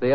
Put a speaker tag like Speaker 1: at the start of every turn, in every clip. Speaker 1: The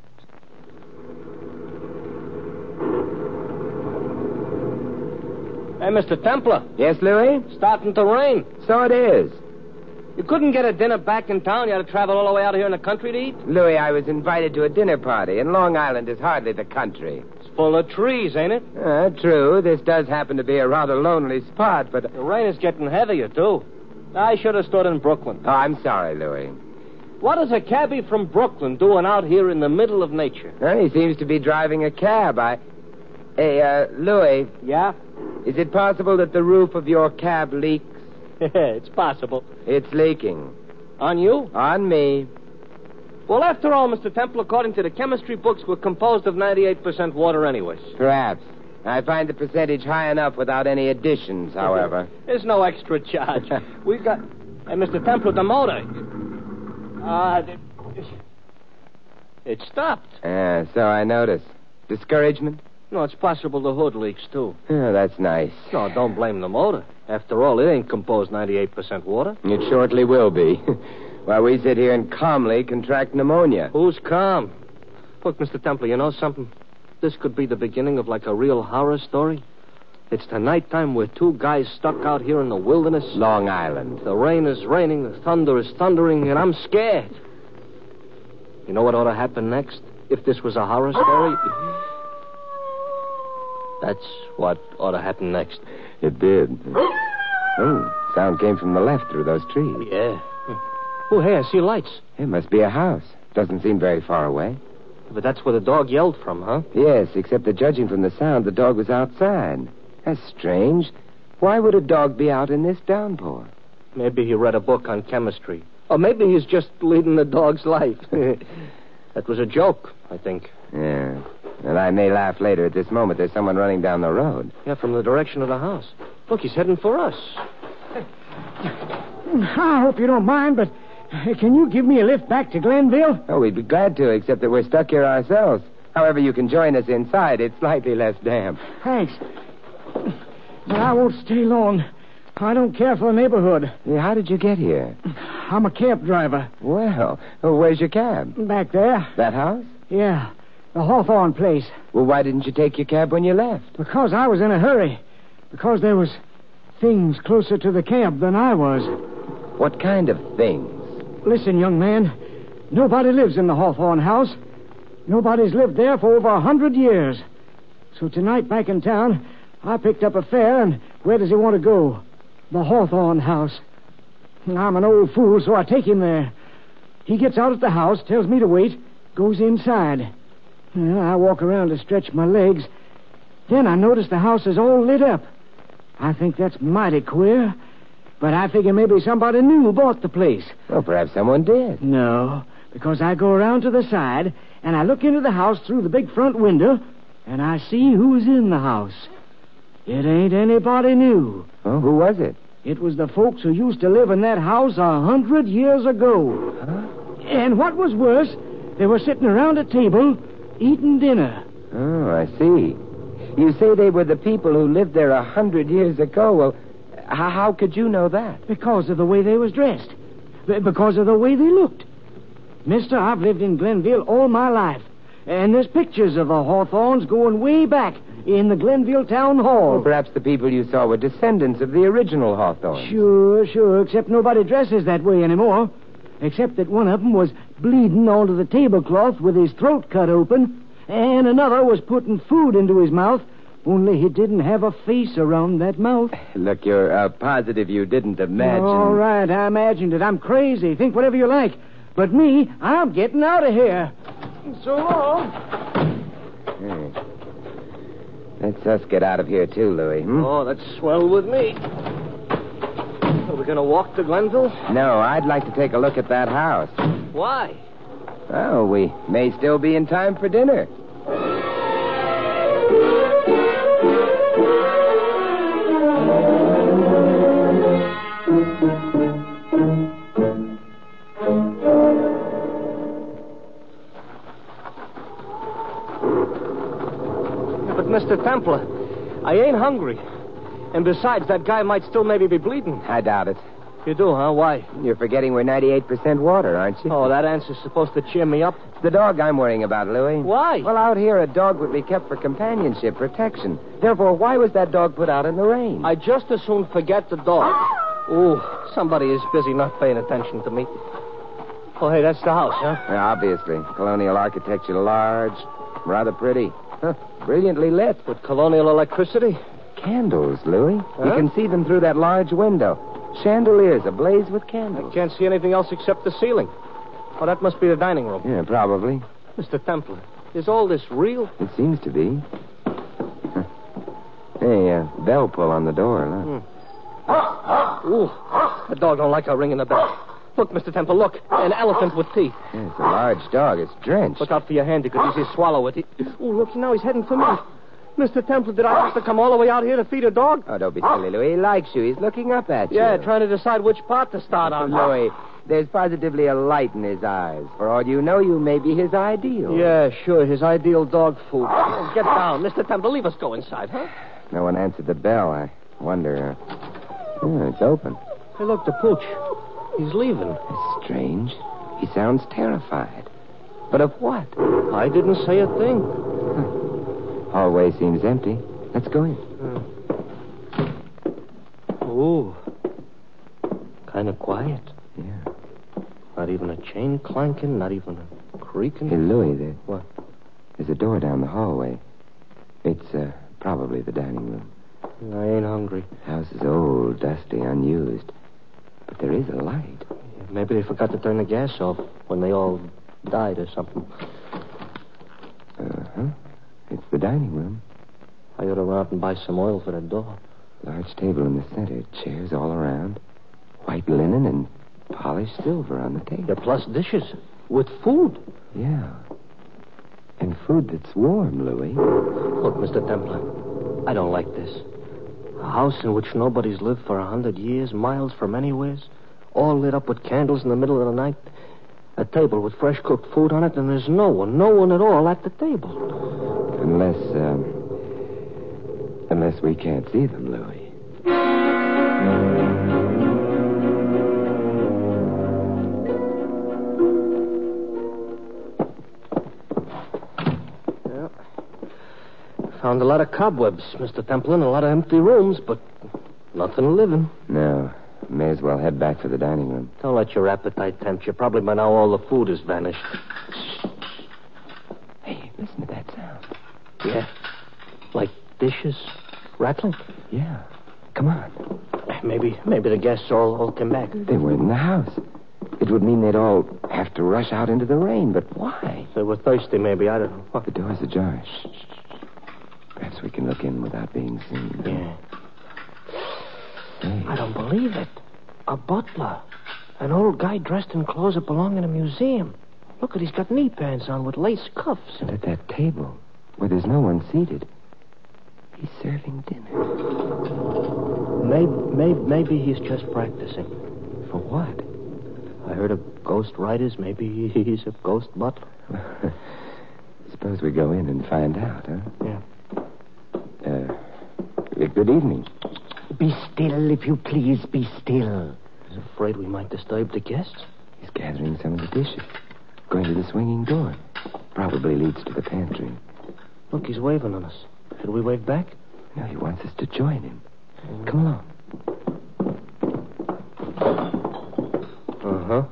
Speaker 2: Hey, Mr. Templar,
Speaker 3: Yes, Louis?
Speaker 2: starting to rain.
Speaker 3: So it is.
Speaker 2: You couldn't get a dinner back in town. You had to travel all the way out here in the country to eat.
Speaker 3: Louis, I was invited to a dinner party, and Long Island is hardly the country.
Speaker 2: It's full of trees, ain't it?
Speaker 3: Uh, true, this does happen to be a rather lonely spot, but. oh,
Speaker 2: The rain is getting heavier, too. I should have stood in Brooklyn.
Speaker 3: Oh, I'm sorry, Louis.
Speaker 2: What is a cabbie from Brooklyn doing out here in the middle of nature?
Speaker 3: Huh, he seems to be driving a cab. I. Hey, uh, Louis,
Speaker 2: Yeah?
Speaker 3: is it possible that the roof of your cab leaks?
Speaker 2: it's possible.
Speaker 3: It's leaking.
Speaker 2: On you?
Speaker 3: On me.
Speaker 2: Well, after all, Mr. Temple, according to the chemistry books, we're composed of 98% water, anyways.
Speaker 3: Perhaps. I find the percentage high enough without any additions, however.
Speaker 2: There's no extra charge. We've got. Hey, Mr. Temple, the motor. Uh, th- it stopped.
Speaker 3: Ah, so I notice. Discouragement?
Speaker 2: No, it's possible the hood leaks, too.
Speaker 3: Oh, that's nice.
Speaker 2: No, don't blame the motor. After all, it ain't composed 98% water.
Speaker 3: It shortly will be. While we sit here and calmly contract pneumonia.
Speaker 2: Who's calm? Look, Mr. Temple, you know something? This could be the beginning of like a real horror story. It's the nighttime we're two guys stuck out here in the wilderness.
Speaker 3: Long Island.
Speaker 2: The rain is raining, the thunder is thundering, and I'm scared. You know what ought to happen next? If this was a horror story. That's what ought to happen next.
Speaker 3: It did. Oh, sound came from the left through those trees.
Speaker 2: Yeah. Oh, hey, I see lights.
Speaker 3: It must be a house. Doesn't seem very far away.
Speaker 2: But that's where the dog yelled from, huh?
Speaker 3: Yes, except that judging from the sound, the dog was outside. That's strange. Why would a dog be out in this downpour?
Speaker 2: Maybe he read a book on chemistry. Or maybe he's just leading the dog's life. that was a joke, I think.
Speaker 3: Yeah. And I may laugh later. At this moment, there's someone running down the road.
Speaker 2: Yeah, from the direction of the house. Look, he's heading for us.
Speaker 4: Ah, I hope you don't mind, but uh, can you give me a lift back to Glenville?
Speaker 3: Oh, we'd be glad to, except that we're stuck here ourselves. However, you can join us inside. It's slightly less damp.
Speaker 4: Thanks. But I won't stay long. I don't care for the neighborhood.
Speaker 3: Yeah, How did you get here?
Speaker 4: I'm a cab driver.
Speaker 3: Well, uh, where's your cab?
Speaker 4: Back there?
Speaker 3: That house?
Speaker 4: Yeah. The Hawthorne place.
Speaker 3: Well, why didn't you take your cab when you left?
Speaker 4: Because I was in a hurry. Because there was things closer to the camp than I was.
Speaker 3: What kind of things?
Speaker 4: Listen, young man. Nobody lives in the Hawthorne house. Nobody's lived there for over a hundred years. So tonight, back in town, I picked up a fare, and where does he want to go? The Hawthorne house. I'm an old fool, so I take him there. He gets out at the house, tells me to wait, goes inside. Well, I walk around to stretch my legs. Then I notice the house is all lit up. I think that's mighty queer. But I figure maybe somebody new bought the place.
Speaker 3: Well, perhaps someone did.
Speaker 4: No, because I go around to the side and I look into the house through the big front window and I see who's in the house. It ain't anybody new.
Speaker 3: Oh, who was it?
Speaker 4: It was the folks who used to live in that house a hundred years ago. And what was worse, they were sitting around a table eating dinner.
Speaker 3: Oh, I see. You say they were the people who lived there a hundred years ago. Well, h- how could you know that?
Speaker 4: Because of the way they was dressed. Be- Because of the way they looked. Mister, I've lived in Glenville all my life. And there's pictures of the Hawthorns going way back in the Glenville Town
Speaker 3: Well,
Speaker 4: Hall.
Speaker 3: perhaps the people you saw were descendants of the original Hawthorne.
Speaker 4: Sure, sure, except nobody dresses that way anymore. Except that one of 'em was bleeding onto the tablecloth with his throat cut open, and another was putting food into his mouth, only he didn't have a face around that mouth.
Speaker 3: Look, you're uh, positive you didn't imagine.
Speaker 4: All right, I imagined it. I'm crazy. Think whatever you like. But me, I'm getting out of here. So long.
Speaker 3: Hmm. Let's us get out of here, too, Louis. hmm?
Speaker 2: Oh, that's swell with me. Are we going to walk to Glenville?
Speaker 3: No, I'd like to take a look at that house.
Speaker 2: Why?
Speaker 3: Well, we may still be in time for dinner.
Speaker 2: but Mr. Templar, I ain't hungry. And besides, that guy might still maybe be bleeding.
Speaker 3: I doubt it.
Speaker 2: You do, huh? Why?
Speaker 3: You're forgetting we're 98% water, aren't you?
Speaker 2: Oh, that answer's supposed to cheer me up.
Speaker 3: It's the dog I'm worrying about, Louis.
Speaker 2: Why?
Speaker 3: Well, out here, a dog would be kept for companionship, protection. Therefore, why was that dog put out in the rain?
Speaker 2: I just as soon forget the dog. Ooh, somebody is busy not paying attention to me. Oh, hey, that's the house, huh?
Speaker 3: Yeah, obviously. Colonial architecture, large, rather pretty. Huh, Brilliantly lit.
Speaker 2: With colonial electricity?
Speaker 3: Candles, Louis. You
Speaker 2: Huh?
Speaker 3: can see them through that large window. Chandeliers ablaze with candles.
Speaker 2: Can't see anything else except the ceiling. Oh, that must be the dining room.
Speaker 3: Yeah, probably.
Speaker 2: Mr. Templar, is all this real?
Speaker 3: It seems to be. Huh. Hey, uh, bell pull on the door, look.
Speaker 2: Hmm. Ooh, the dog don't like our ringing the bell. Look, Mr. Temple, look. An elephant with teeth.
Speaker 3: Yeah, it's a large dog. It's drenched.
Speaker 2: Look out for your hand. You could easily swallow it. He... Ooh, look, now he's heading for me. Mr. Temple, did I have to come all the way out here to feed a dog?
Speaker 3: Oh, don't be silly, Louis. He likes you. He's looking up at you.
Speaker 2: Yeah, trying to decide which part to start on.
Speaker 3: Louis, there's positively a light in his eyes. For all you know, you may be his ideal.
Speaker 2: Yeah, sure, his ideal dog food. Oh, get down, Mr. Temple. Leave us go inside, huh?
Speaker 3: No one answered the bell. I wonder. Uh... yeah, it's open.
Speaker 2: Hey, look, the pooch. He's leaving.
Speaker 3: It's strange. He sounds terrified. But of what?
Speaker 2: I didn't say a thing.
Speaker 3: Hallway seems empty. Let's go in.
Speaker 2: Ooh. Kind of quiet.
Speaker 3: Yeah.
Speaker 2: Not even a chain clanking, not even a creaking.
Speaker 3: Hey, Louis, there.
Speaker 2: What?
Speaker 3: There's a door down the hallway. It's uh, probably the dining room.
Speaker 2: I ain't hungry.
Speaker 3: House is old, dusty, unused. But there is a light.
Speaker 2: Maybe they forgot to turn the gas off when they all died or something.
Speaker 3: Uh huh. It's the dining room.
Speaker 2: I ought to run out and buy some oil for the dog.
Speaker 3: Large table in the center, chairs all around, white linen and polished silver on the table.
Speaker 2: Yeah, plus dishes. With food.
Speaker 3: Yeah. And food that's warm, Louis.
Speaker 2: Look, Mr. Templar, I don't like this. A house in which nobody's lived for a hundred years, miles from anywheres, all lit up with candles in the middle of the night, a table with fresh cooked food on it, and there's no one, no one at all at the table.
Speaker 3: Unless, um, unless we can't see them, Louis.
Speaker 2: Found a lot of cobwebs, Mr. Templar, and a lot of empty rooms, but nothing living.
Speaker 3: No. May as well head back for the dining room.
Speaker 2: Don't let your appetite tempt you. Probably by now all the food has vanished.
Speaker 3: Hey, listen to that sound.
Speaker 2: Yeah. Like dishes rattling.
Speaker 3: Yeah. Come on.
Speaker 2: Maybe maybe the guests all, all came back.
Speaker 3: They were in the house. It would mean they'd all have to rush out into the rain, but why?
Speaker 2: They were thirsty, maybe. I don't know. What?
Speaker 3: The door's ajar. Shh, shh, shh. Perhaps we can look in without being seen.
Speaker 2: Yeah.
Speaker 3: Hey,
Speaker 2: I don't believe it. A butler. An old guy dressed in clothes that belong in a museum. Look at he's got knee pants on with lace cuffs.
Speaker 3: And at that table, where there's no one seated, he's serving dinner.
Speaker 2: Maybe, maybe, maybe he's just practicing.
Speaker 3: For what?
Speaker 2: I heard of ghost writers. Maybe he's a ghost butler.
Speaker 3: Suppose we go in and find out, huh?
Speaker 2: Yeah.
Speaker 3: Uh, good evening.
Speaker 5: Be still, if you please, be still.
Speaker 2: He's afraid we might disturb the guests.
Speaker 3: He's gathering some of the dishes. Going to the swinging door. Probably leads to the pantry.
Speaker 2: Look, he's waving on us. Should we wave back?
Speaker 3: No, he wants us to join him. Come along.
Speaker 2: Uh huh.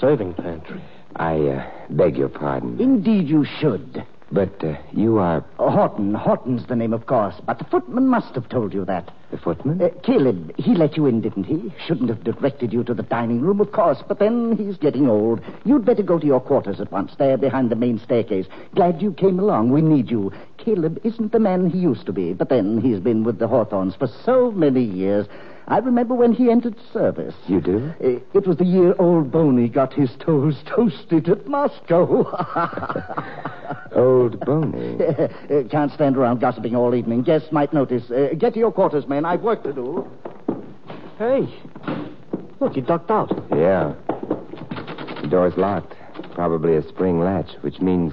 Speaker 2: Serving pantry.
Speaker 3: I uh, beg your pardon,
Speaker 5: Indeed, you should.
Speaker 3: but uh, you are
Speaker 5: Uh, Horton, Horton's the name, of course, but the footman must have told you that.
Speaker 3: the footman?
Speaker 5: Uh, Caleb, he let you in, didn't he? Shouldn't have directed you to the dining room, of course, but then he's getting old. You'd better go to your quarters at once, there behind the main staircase. Glad you came along. We need you. Caleb isn't the man he used to be, but then he's been with the Hawthorns for so many years. I remember when he entered service.
Speaker 3: You do?
Speaker 5: Uh, It was the year old Boney got his toes toasted at Moscow.
Speaker 3: Old Boney.
Speaker 5: Uh, Can't stand around gossiping all evening. Guests might notice. Uh, get to your quarters, men. I've work to do.
Speaker 2: Hey. Look, he ducked out.
Speaker 3: yeah. The door's locked. Probably a spring latch, which means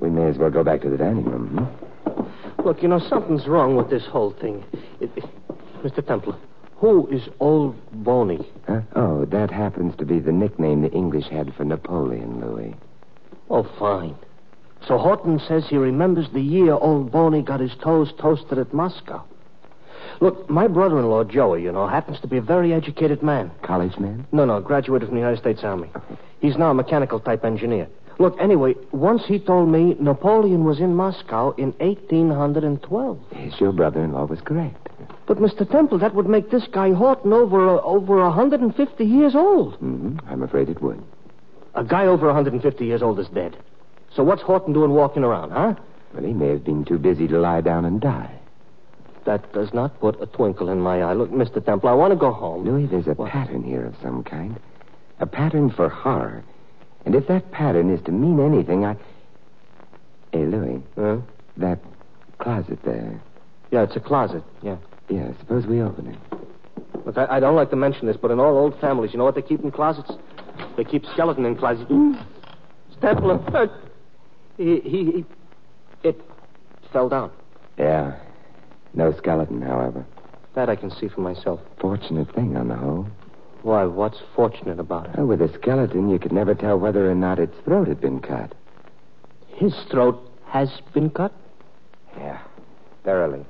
Speaker 3: we may as well go back to the dining room. Hmm?
Speaker 2: Look, you know, something's wrong with this whole thing. It, it- Mr. Templar, who is old Boney?
Speaker 3: Huh? Oh, that happens to be the nickname the English had for Napoleon, Louis.
Speaker 2: Oh, fine. So Horton says he remembers the year old Boney got his toes toasted at Moscow. Look, my brother in law, Joey, you know, happens to be a very educated man.
Speaker 3: College man?
Speaker 2: No, no, graduate from the United States Army. He's now a mechanical type engineer. Look, anyway, once he told me Napoleon was in Moscow in 1812.
Speaker 3: Yes, your brother-in-law was correct.
Speaker 2: But, Mr. Temple, that would make this guy Horton over uh, over 150 years old.
Speaker 3: hmm I'm afraid it would.
Speaker 2: A guy over 150 years old is dead. So what's Horton doing walking around, huh?
Speaker 3: Well, he may have been too busy to lie down and die.
Speaker 2: That does not put a twinkle in my eye. Look, Mr. Temple, I want to go home.
Speaker 3: Louis, there's a pattern here of some kind. A pattern for horror. And if that pattern is to mean anything, I... Hey, Louis,
Speaker 2: Huh?
Speaker 3: that closet there.
Speaker 2: Yeah, it's a closet. Yeah.
Speaker 3: Yeah, suppose we open it.
Speaker 2: Look, I, I don't like to mention this, but in all old families, you know what they keep in closets? They keep skeleton in closets. Stempler. uh, He, he, he. It fell down.
Speaker 3: Yeah. No skeleton, however.
Speaker 2: That I can see for myself.
Speaker 3: Fortunate thing on the whole.
Speaker 2: Why, what's fortunate about it?
Speaker 3: Well, with a skeleton, you could never tell whether or not its throat had been cut.
Speaker 2: His throat has been cut.
Speaker 3: Yeah, thoroughly.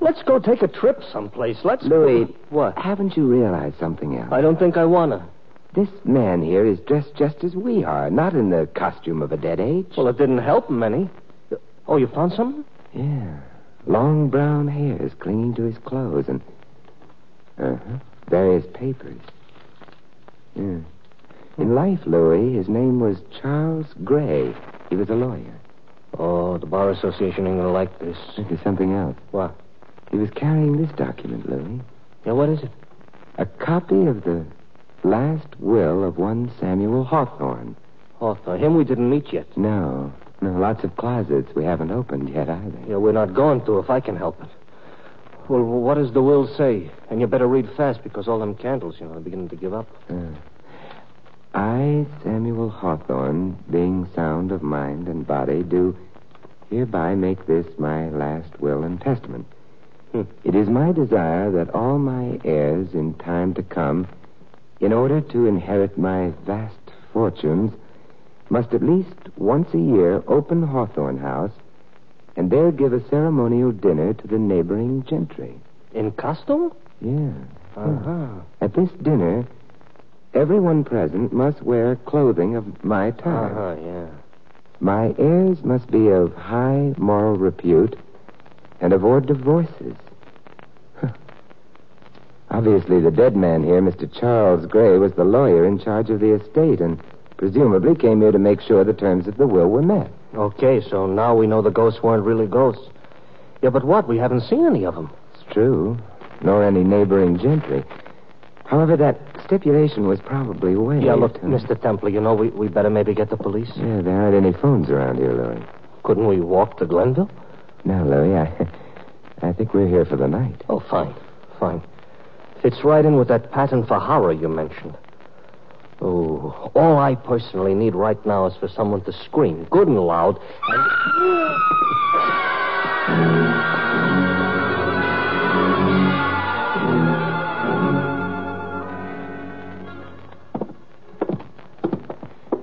Speaker 2: Let's go take a trip someplace. Let's.
Speaker 3: Louis.
Speaker 2: What?
Speaker 3: Haven't you realized something else?
Speaker 2: I don't think I wanna.
Speaker 3: This man here is dressed just as we are, not in the costume of a dead age.
Speaker 2: Well, it didn't help him any. Oh, you found something?
Speaker 3: Yeah. Long brown hair is clinging to his clothes and. Uh huh. Various papers. Yeah. In life, Louis, his name was Charles Gray. He was a lawyer.
Speaker 2: Oh, the Bar Association ain't gonna like this.
Speaker 3: There's something else.
Speaker 2: What?
Speaker 3: He was carrying this document, Louis.
Speaker 2: Yeah, what is it?
Speaker 3: A copy of the last will of one Samuel Hawthorne.
Speaker 2: Hawthorne. Oh, Him we didn't meet yet.
Speaker 3: No. No, lots of closets we haven't opened yet either.
Speaker 2: Yeah, we're not going to if I can help it. Well, what does the will say? And you better read fast because all them candles, you know, are beginning to give up.
Speaker 3: Uh, I, Samuel Hawthorne, being sound of mind and body, do hereby make this my last will and testament.
Speaker 2: Hmm.
Speaker 3: It is my desire that all my heirs in time to come, in order to inherit my vast fortunes, must at least once a year open Hawthorne House and there give a ceremonial dinner to the neighboring gentry.
Speaker 2: In costume?
Speaker 3: Yeah.
Speaker 2: Uh-huh.
Speaker 3: At this dinner, everyone present must wear clothing of my time.
Speaker 2: Uh-huh, yeah.
Speaker 3: My heirs must be of high moral repute and avoid divorces. Huh. Obviously, the dead man here, Mr. Charles Gray, was the lawyer in charge of the estate and presumably came here to make sure the terms of the will were met.
Speaker 2: Okay, so now we know the ghosts weren't really ghosts. Yeah, but what? We haven't seen any of them.
Speaker 3: It's true. nor any neighboring gentry. However, that stipulation was probably waived.
Speaker 2: Yeah, look,
Speaker 3: and-
Speaker 2: Mr. Templer, you know, we, we better maybe get the police.
Speaker 3: Yeah, there aren't any phones around here, Louis.
Speaker 2: Couldn't we walk to Glenville?
Speaker 3: No, Louis, I, I think we're here for the night.
Speaker 2: Oh, fine. Fine. Fits right in with that pattern for horror you mentioned. Oh, all I personally need right now is for someone to scream good and loud. And...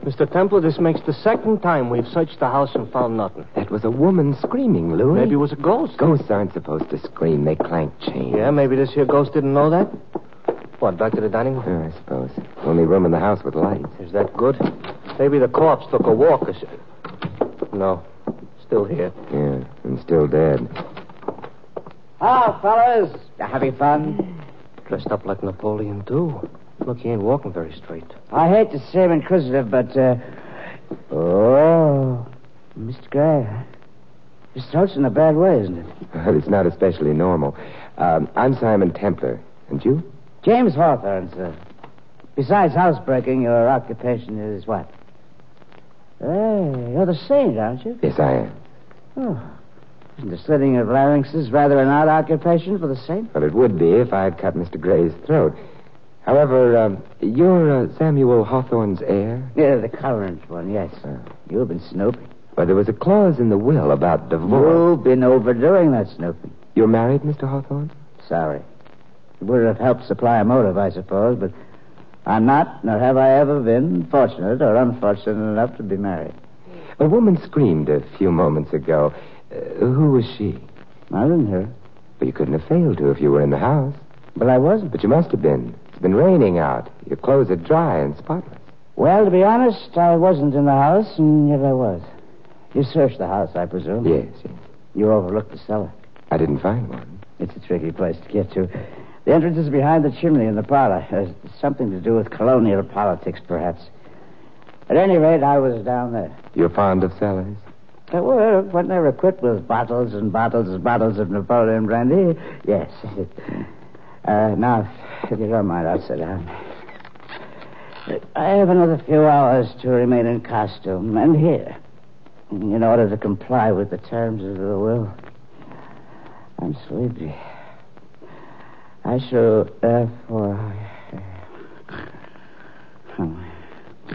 Speaker 2: Mr. Templer, this makes the second time we've searched the house and found nothing.
Speaker 3: That was a woman screaming, Louis.
Speaker 2: Maybe it was a ghost.
Speaker 3: Ghosts aren't supposed to scream. They clank chains.
Speaker 2: Yeah, maybe this here ghost didn't know that. What, back to the dining room?
Speaker 3: Yeah, Oh, I suppose. Only room in the house with lights.
Speaker 2: Is that good? Maybe the corpse took a walk or so. No, still here.
Speaker 3: Yeah, and still dead.
Speaker 6: Ah, fellas, you having fun?
Speaker 2: Dressed up like Napoleon, too. Look, he ain't walking very straight.
Speaker 7: I hate to seem inquisitive, but, uh... Oh, Mr. Gray, his throat's in a bad way, isn't it?
Speaker 3: Well, it's not especially normal. Um, I'm Simon Templer. And you?
Speaker 7: James Hawthorne, sir. Besides housebreaking, your occupation is what? Hey, you're the saint, aren't you?
Speaker 3: Yes, I am.
Speaker 7: Oh. Isn't the slitting of larynxes rather an odd occupation for the saint?
Speaker 3: Well, it would be if I'd cut Mr. Gray's throat. However, um, you're uh, Samuel Hawthorne's heir.
Speaker 7: Yeah, the current one, yes.
Speaker 3: Oh.
Speaker 7: You've been snooping.
Speaker 3: Well, there was a clause in the will about divorce.
Speaker 7: You've been overdoing that snooping.
Speaker 3: You're married, Mr. Hawthorne?
Speaker 7: Sorry. It would have helped supply a motive, I suppose, but I'm not, nor have I ever been, fortunate or unfortunate enough to be married.
Speaker 3: A woman screamed a few moments ago. Uh, who was she?
Speaker 7: I didn't hear. it.
Speaker 3: Well, you couldn't have failed to if you were in the house.
Speaker 7: But I wasn't.
Speaker 3: But you must have been. It's been raining out. Your clothes are dry and spotless.
Speaker 7: Well, to be honest, I wasn't in the house, and yet I was. You searched the house, I presume.
Speaker 3: Yes, yes.
Speaker 7: You overlooked the cellar.
Speaker 3: I didn't find one.
Speaker 7: It's a tricky place to get to. The entrance is behind the chimney in the parlor. There's something to do with colonial politics, perhaps. At any rate, I was down there.
Speaker 3: You're fond of cellars?
Speaker 7: Uh, Well, when they were equipped with bottles and bottles and bottles of Napoleon brandy, yes. Uh, now, if you don't mind, I'll sit down. Uh, I have another few hours to remain in costume and here in order to comply with the terms of the will. I'm sleepy. I shall, therefore.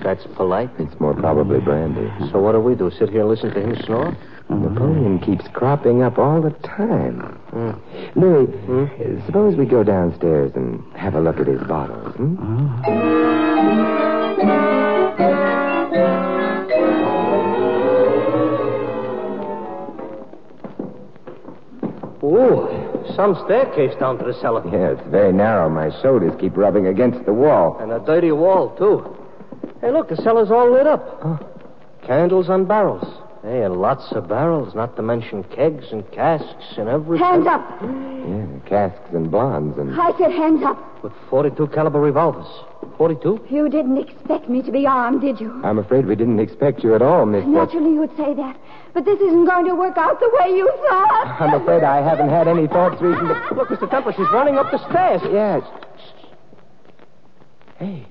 Speaker 2: That's polite.
Speaker 3: It's more probably brandy.
Speaker 2: So what do we do? Sit here and listen to him snore?
Speaker 3: Napoleon keeps cropping up all the time.
Speaker 2: Hmm.
Speaker 3: Louis, uh, suppose we go downstairs and have a look at his bottles. Hmm?
Speaker 2: Ooh, some staircase down to the cellar.
Speaker 3: Yeah, it's very narrow. My shoulders keep rubbing against the wall.
Speaker 2: And a dirty wall, too. Hey, look, the cellar's all lit up. Candles on barrels. Hey, and lots of barrels, not to mention kegs and casks and everything.
Speaker 8: Hands up.
Speaker 3: Yeah, casks and blondes and
Speaker 8: I said hands up.
Speaker 2: With 42 caliber revolvers. 42?
Speaker 8: You didn't expect me to be armed, did you?
Speaker 3: I'm afraid we didn't expect you at all, Miss.
Speaker 8: Naturally, you would say that. But this isn't going to work out the way you thought.
Speaker 3: I'm afraid I haven't had any thoughts recently.
Speaker 2: Look, Mr. Temple, she's running up the stairs.
Speaker 3: Yes. Hey,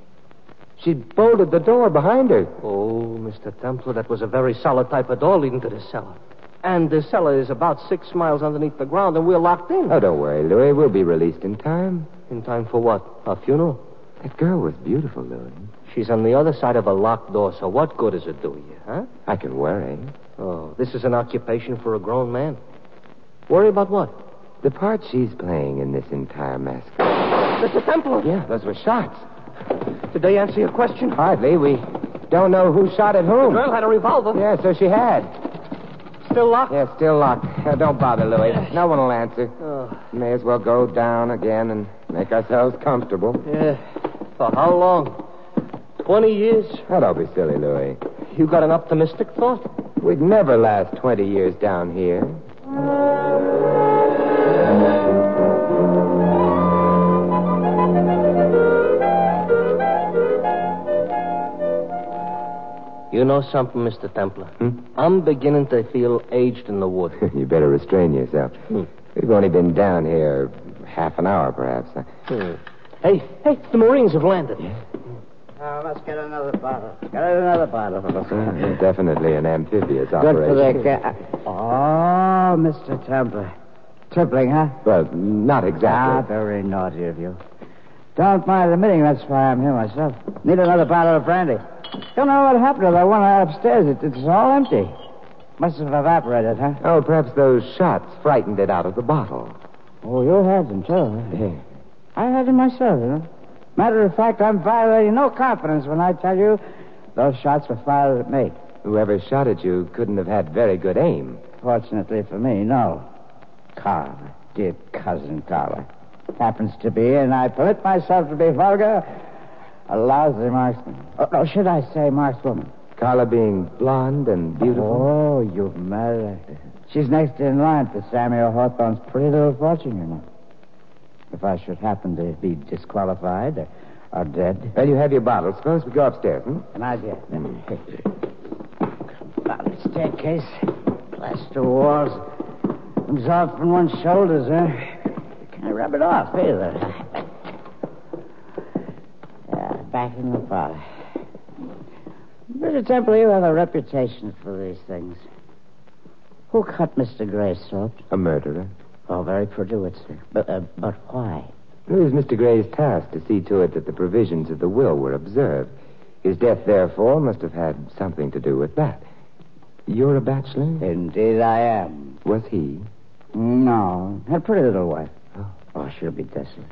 Speaker 3: she bolted the door behind her.
Speaker 2: Oh, Mr. Templer, that was a very solid type of door leading to the cellar. And the cellar is about six miles underneath the ground, and we're locked in.
Speaker 3: Oh, don't worry, Louis. We'll be released in time.
Speaker 2: Uh, In time for what? A funeral?
Speaker 3: That girl was beautiful, Louis.
Speaker 2: She's on the other side of a locked door, so what good does it do you, huh?
Speaker 3: I can worry.
Speaker 2: Oh, this is an occupation for a grown man. Worry about what?
Speaker 3: The part she's playing in this entire masquerade.
Speaker 2: Mr. Templer!
Speaker 3: Yeah, those were shots.
Speaker 2: Did they answer your question?
Speaker 3: Hardly. We don't know who shot at whom.
Speaker 2: Girl had a revolver.
Speaker 3: Yeah, so she had.
Speaker 2: Still locked.
Speaker 3: Yeah, still locked. Uh, Don't bother, Louis. No one will answer.
Speaker 2: Oh,
Speaker 3: May as well go down again and make ourselves comfortable.
Speaker 2: yeah. For how long? Twenty years?
Speaker 3: Oh, don't be silly, Louis.
Speaker 2: You got an optimistic thought?
Speaker 3: We'd never last 20 years down here.
Speaker 2: You know something, Mr. Templer?
Speaker 3: Hmm?
Speaker 2: I'm beginning to feel aged in the wood.
Speaker 3: you better restrain yourself. We've only been down here half half an hour, perhaps. Uh,
Speaker 2: Hey, hey, the Marines have landed.
Speaker 7: Now, let's get another bottle. Get another bottle.
Speaker 3: Uh, Definitely an amphibious
Speaker 7: Uh-huh. Good
Speaker 3: operation.
Speaker 7: for the cat. Oh, Mr. Templer. Tripling, huh?
Speaker 3: Well, not
Speaker 7: Ah,
Speaker 3: exactly.
Speaker 7: very naughty of you. Don't mind admitting that's why I'm here myself. Need another bottle of brandy. Don't know what happened to that one upstairs. It, it's all empty. Must have evaporated, huh?
Speaker 3: Oh, perhaps those shots frightened it out of the bottle.
Speaker 7: Oh, you had them, too. huh?
Speaker 3: Yeah.
Speaker 7: I had them myself, you know. Matter of fact, I'm violating no confidence when I tell you those shots were fired at me.
Speaker 3: Whoever shot at you couldn't have had very good aim.
Speaker 7: Fortunately for me, no. Carla, dear cousin Carla, happens to be, and I permit myself to be vulgar, a lousy marksman. Or, or should I say markswoman?
Speaker 3: Carla being blonde and beautiful.
Speaker 7: Oh, you've married her. She's next in line for Samuel Hawthorne's pretty little fortune, you know. If I should happen to be disqualified or, or dead.
Speaker 3: Well, you have your bottle. Suppose we go upstairs, hmm?
Speaker 7: An idea. Mm-hmm. Bottom staircase, plaster walls, comes off from one's shoulders, huh? Can't rub it off either. Yeah, back in the parlor. Mr. Temple, you have a reputation for these things. Who cut Mr. Gray's throat?
Speaker 3: A murderer.
Speaker 7: Oh, very Perdue, sir. But, uh, but why?
Speaker 3: It was Mr. Gray's task to see to it that the provisions of the will were observed. His death, therefore, must have had something to do with that. You're a bachelor?
Speaker 7: Indeed, I am.
Speaker 3: Was he?
Speaker 7: No. Had a pretty little wife.
Speaker 3: Oh.
Speaker 7: oh, she'll be desolate.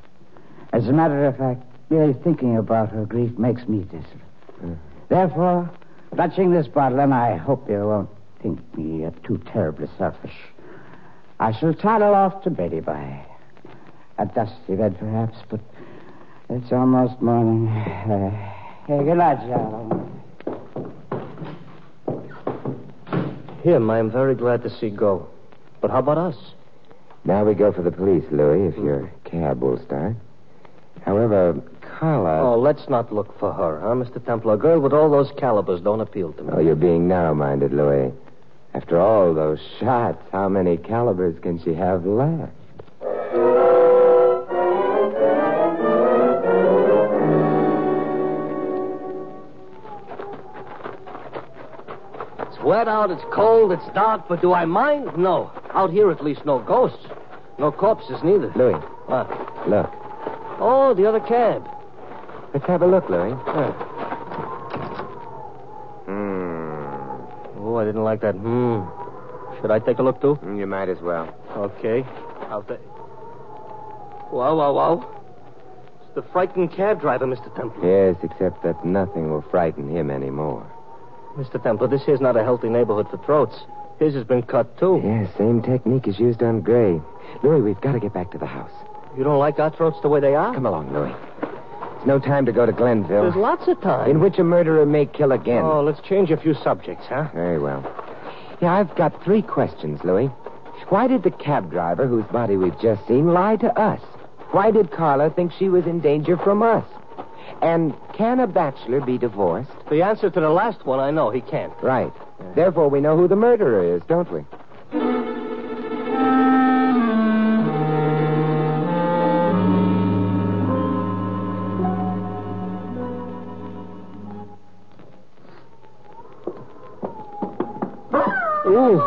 Speaker 7: As a matter of fact, merely thinking about her grief makes me desolate. Therefore, clutching this bottle, and I hope you won't think me uh, too terribly selfish, I shall toddle off to Betty by. A dusty bed, perhaps, but it's almost morning. Uh, hey, good night, John.
Speaker 2: Him, I'm very glad to see go. But how about us?
Speaker 3: Now we go for the police, Louis, if your cab will start. However, Carla.
Speaker 2: oh, let's not look for her, huh, Mr. Temple? A girl with all those calibers don't appeal to me.
Speaker 3: Oh, you're being narrow minded, Louis. After all those shots, how many calibers can she have left?
Speaker 2: It's wet out, it's cold, it's dark, but do I mind? No. Out here, at least, no ghosts. No corpses, neither.
Speaker 3: Louis,
Speaker 2: What?
Speaker 3: look.
Speaker 2: Oh, the other cab.
Speaker 3: Let's have a look, Louis.
Speaker 2: Huh.
Speaker 3: Hmm.
Speaker 2: Oh, I didn't like that. Hmm. Should I take a look, too?
Speaker 3: You might as well.
Speaker 2: Okay. I'll take. Wow, wow, wow. It's the frightened cab driver, Mr. Temple.
Speaker 3: Yes, except that nothing will frighten him anymore.
Speaker 2: Mr. Temple, this here's not a healthy neighborhood for throats. His has been cut, too.
Speaker 3: Yes, same technique is used on Gray. Louis, we've got to get back to the house.
Speaker 2: You don't like our throats the way they are?
Speaker 3: Come along, Louis. It's no time to go to
Speaker 2: There's
Speaker 3: Glenville,
Speaker 2: lots of time.
Speaker 3: in which a murderer may kill again.
Speaker 2: Oh, let's change a few subjects, huh?
Speaker 3: Very well. Yeah, I've got three questions, Louis. Why did the cab driver, whose body we've just seen, lie to us? Why did Carla think she was in danger from us? And can a bachelor be divorced?
Speaker 2: The answer to the last one, I know he can't.
Speaker 3: Right. Therefore, we know who the murderer is, don't we?
Speaker 2: Ooh,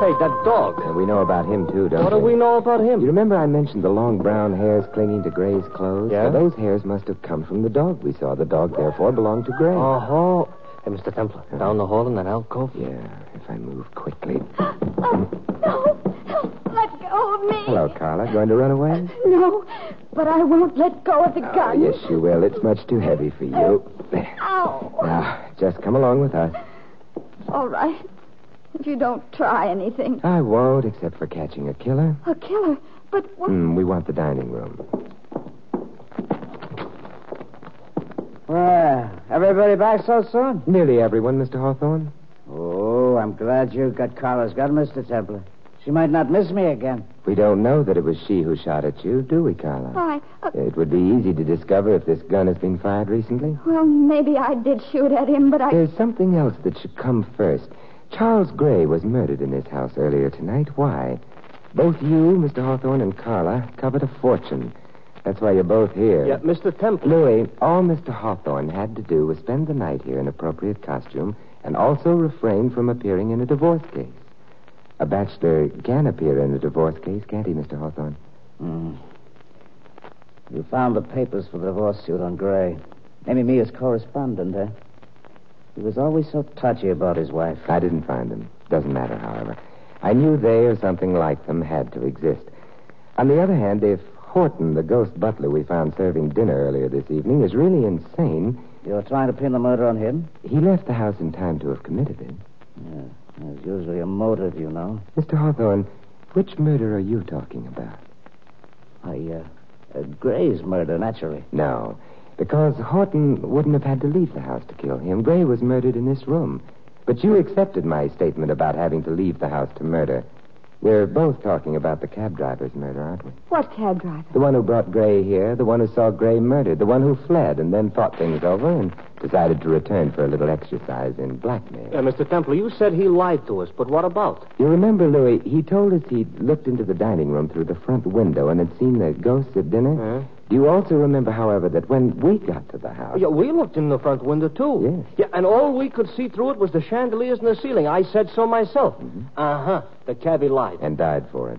Speaker 2: hey, that dog.
Speaker 3: And we know about him, too, don't
Speaker 2: What do we know about
Speaker 3: You
Speaker 2: him?
Speaker 3: remember I mentioned the long brown hairs clinging to Gray's clothes?
Speaker 2: Yeah?
Speaker 3: Well, those hairs must have come from the dog we saw. The dog, therefore, belonged to Gray.
Speaker 2: Uh-huh. Hey, Mr. Temple, down the hall in that alcove.
Speaker 3: Yeah, if I move quickly.
Speaker 8: Oh, no. Help. Let go of me.
Speaker 3: Hello, Carla. Going to run away?
Speaker 8: No, but I won't let go of the
Speaker 3: Oh,
Speaker 8: gun.
Speaker 3: yes, you will. It's much too heavy for you. There.
Speaker 8: Ow.
Speaker 3: Now, just come along with us.
Speaker 8: All right. If you don't try anything.
Speaker 3: I won't, except for catching a killer.
Speaker 8: A killer. But what?
Speaker 3: Hmm, we want the dining room.
Speaker 7: Well, Uh, everybody back so soon?
Speaker 3: Nearly everyone, Mr. Hawthorne.
Speaker 7: Oh, I'm glad you got Carla's gun, Mr. Templer. She might not miss me again.
Speaker 3: We don't know that it was she who shot at you, do we, Carla?
Speaker 8: I. Uh,
Speaker 3: It would be easy to discover if this gun has been fired recently.
Speaker 8: well, maybe I did shoot at him, but I.
Speaker 3: There's something else that should come first. Charles Gray was murdered in this house earlier tonight. Why? Both you, Mr. Hawthorne, and Carla covered a fortune. That's why you're both here.
Speaker 2: Yeah, Mr. Temple.
Speaker 3: Louis, all Mr. Hawthorne had to do was spend the night here in appropriate costume and also refrain from appearing in a divorce case. A bachelor can appear in a divorce case, can't he, Mr. Hawthorne?
Speaker 7: Hmm. You found the papers for the divorce suit on Gray. Maybe me as correspondent, eh? He was always so touchy about his wife.
Speaker 3: I didn't find them. Doesn't matter, however. I knew they or something like them had to exist. On the other hand, if Horton, the ghost butler we found serving dinner earlier this evening, is really insane,
Speaker 7: You're trying to pin the murder on him?
Speaker 3: he left the house in time to have committed it.
Speaker 7: Yeah. There's usually a motive, you know.
Speaker 3: Mr. Hawthorne, which murder are you talking about?
Speaker 7: I, uh, uh, Gray's murder, naturally.
Speaker 3: No, because Horton wouldn't have had to leave the house to kill him. Gray was murdered in this room. But you accepted my statement about having to leave the house to murder. We're both talking about the cab driver's murder, aren't we?
Speaker 8: What cab driver?
Speaker 3: The one who brought Gray here, the one who saw Gray murdered, the one who fled and then thought things over and decided to return for a little exercise in blackmail.
Speaker 2: Yeah, Mr. Temple, you said he lied to us, but what about?
Speaker 3: You remember, Louis, he told us he'd looked into the dining room through the front window and had seen the ghosts at dinner.
Speaker 2: Huh?
Speaker 3: Do you also remember, however, that when we got to the
Speaker 2: Oh,
Speaker 3: house.
Speaker 2: yeah, we looked in the front window, too.
Speaker 3: Yes.
Speaker 2: Yeah, and all we could see through it was the chandeliers and the ceiling. I said so myself.
Speaker 7: Mm-hmm.
Speaker 2: Uh huh. The cabbie lied.
Speaker 3: And died for it.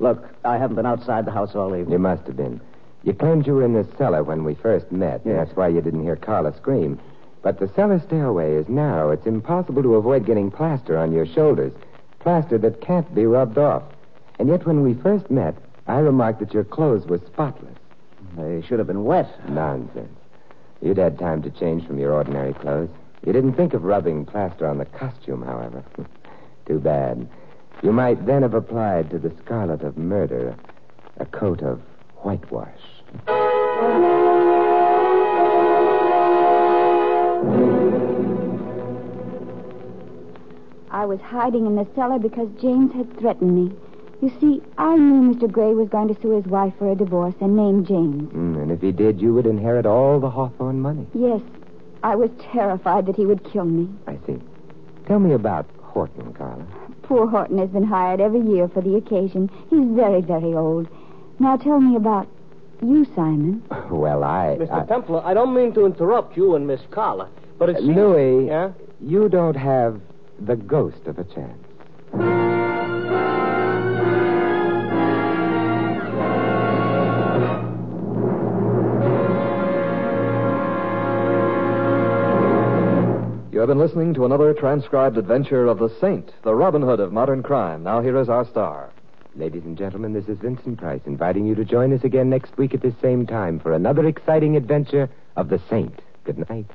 Speaker 7: Look, I haven't been outside the house all evening.
Speaker 3: You must have been. You claimed you were in the cellar when we first met, and
Speaker 7: Yes.
Speaker 3: that's why you didn't hear Carla scream. But the cellar stairway is narrow. It's impossible to avoid getting plaster on your shoulders, plaster that can't be rubbed off. And yet, when we first met, I remarked that your clothes were spotless.
Speaker 7: They should have been wet.
Speaker 3: Nonsense. You'd had time to change from your ordinary clothes. You didn't think of rubbing plaster on the costume, however. Too bad. You might then have applied to the scarlet of murder a coat of whitewash.
Speaker 8: I was hiding in the cellar because James had threatened me. You see, I knew Mr. Gray was going to sue his wife for a divorce and name James.
Speaker 3: Mm, and if he did, you would inherit all the Hawthorne money.
Speaker 8: Yes, I was terrified that he would kill me.
Speaker 3: I see. Tell me about Horton, Carla.
Speaker 8: Poor Horton has been hired every year for the occasion. He's very, very old. Now tell me about you, Simon.
Speaker 3: Well, I.
Speaker 2: Mr.
Speaker 3: I- Uh,
Speaker 2: Temple, I don't mean to interrupt you and Miss Carla, but it's.
Speaker 3: Louis,
Speaker 2: Yeah?
Speaker 3: you don't have the ghost of a chance.
Speaker 1: You have been listening to another transcribed adventure of the Saint, the Robin Hood of modern crime. Now here is our star.
Speaker 3: Ladies and gentlemen, this is Vincent Price inviting you to join us again next week at this same time for another exciting adventure of the Saint. Good night.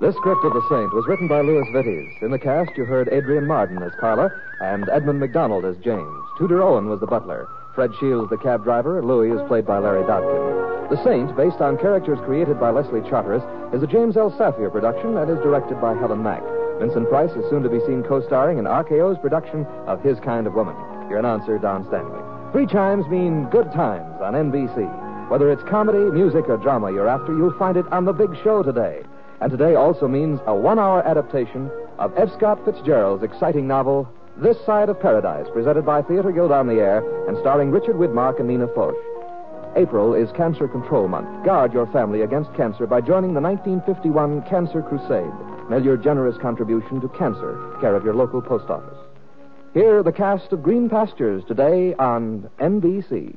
Speaker 1: This script of The Saint was written by Louis Vittes. In the cast, you heard Adrian Marden as Carla and Edmund McDonald as James. Tudor Owen was the butler. Fred Shields, the cab driver. Louis is played by Larry Dodkin. The Saint, based on characters created by Leslie Charteris, is a James L. Safier production and is directed by Helen Mack. Vincent Price is soon to be seen co-starring in RKO's production of His Kind of Woman. Your announcer, Don Stanley. Three chimes mean good times on NBC. Whether it's comedy, music, or drama you're after, you'll find it on The Big Show today. And today also means a one hour adaptation of F. Scott Fitzgerald's exciting novel, This Side of Paradise, presented by Theatre Guild on the Air and starring Richard Widmark and Nina Foch. April is Cancer Control Month. Guard your family against cancer by joining the 1951 Cancer Crusade. Mail your generous contribution to cancer, care of your local post office. Hear the cast of Green Pastures today on NBC.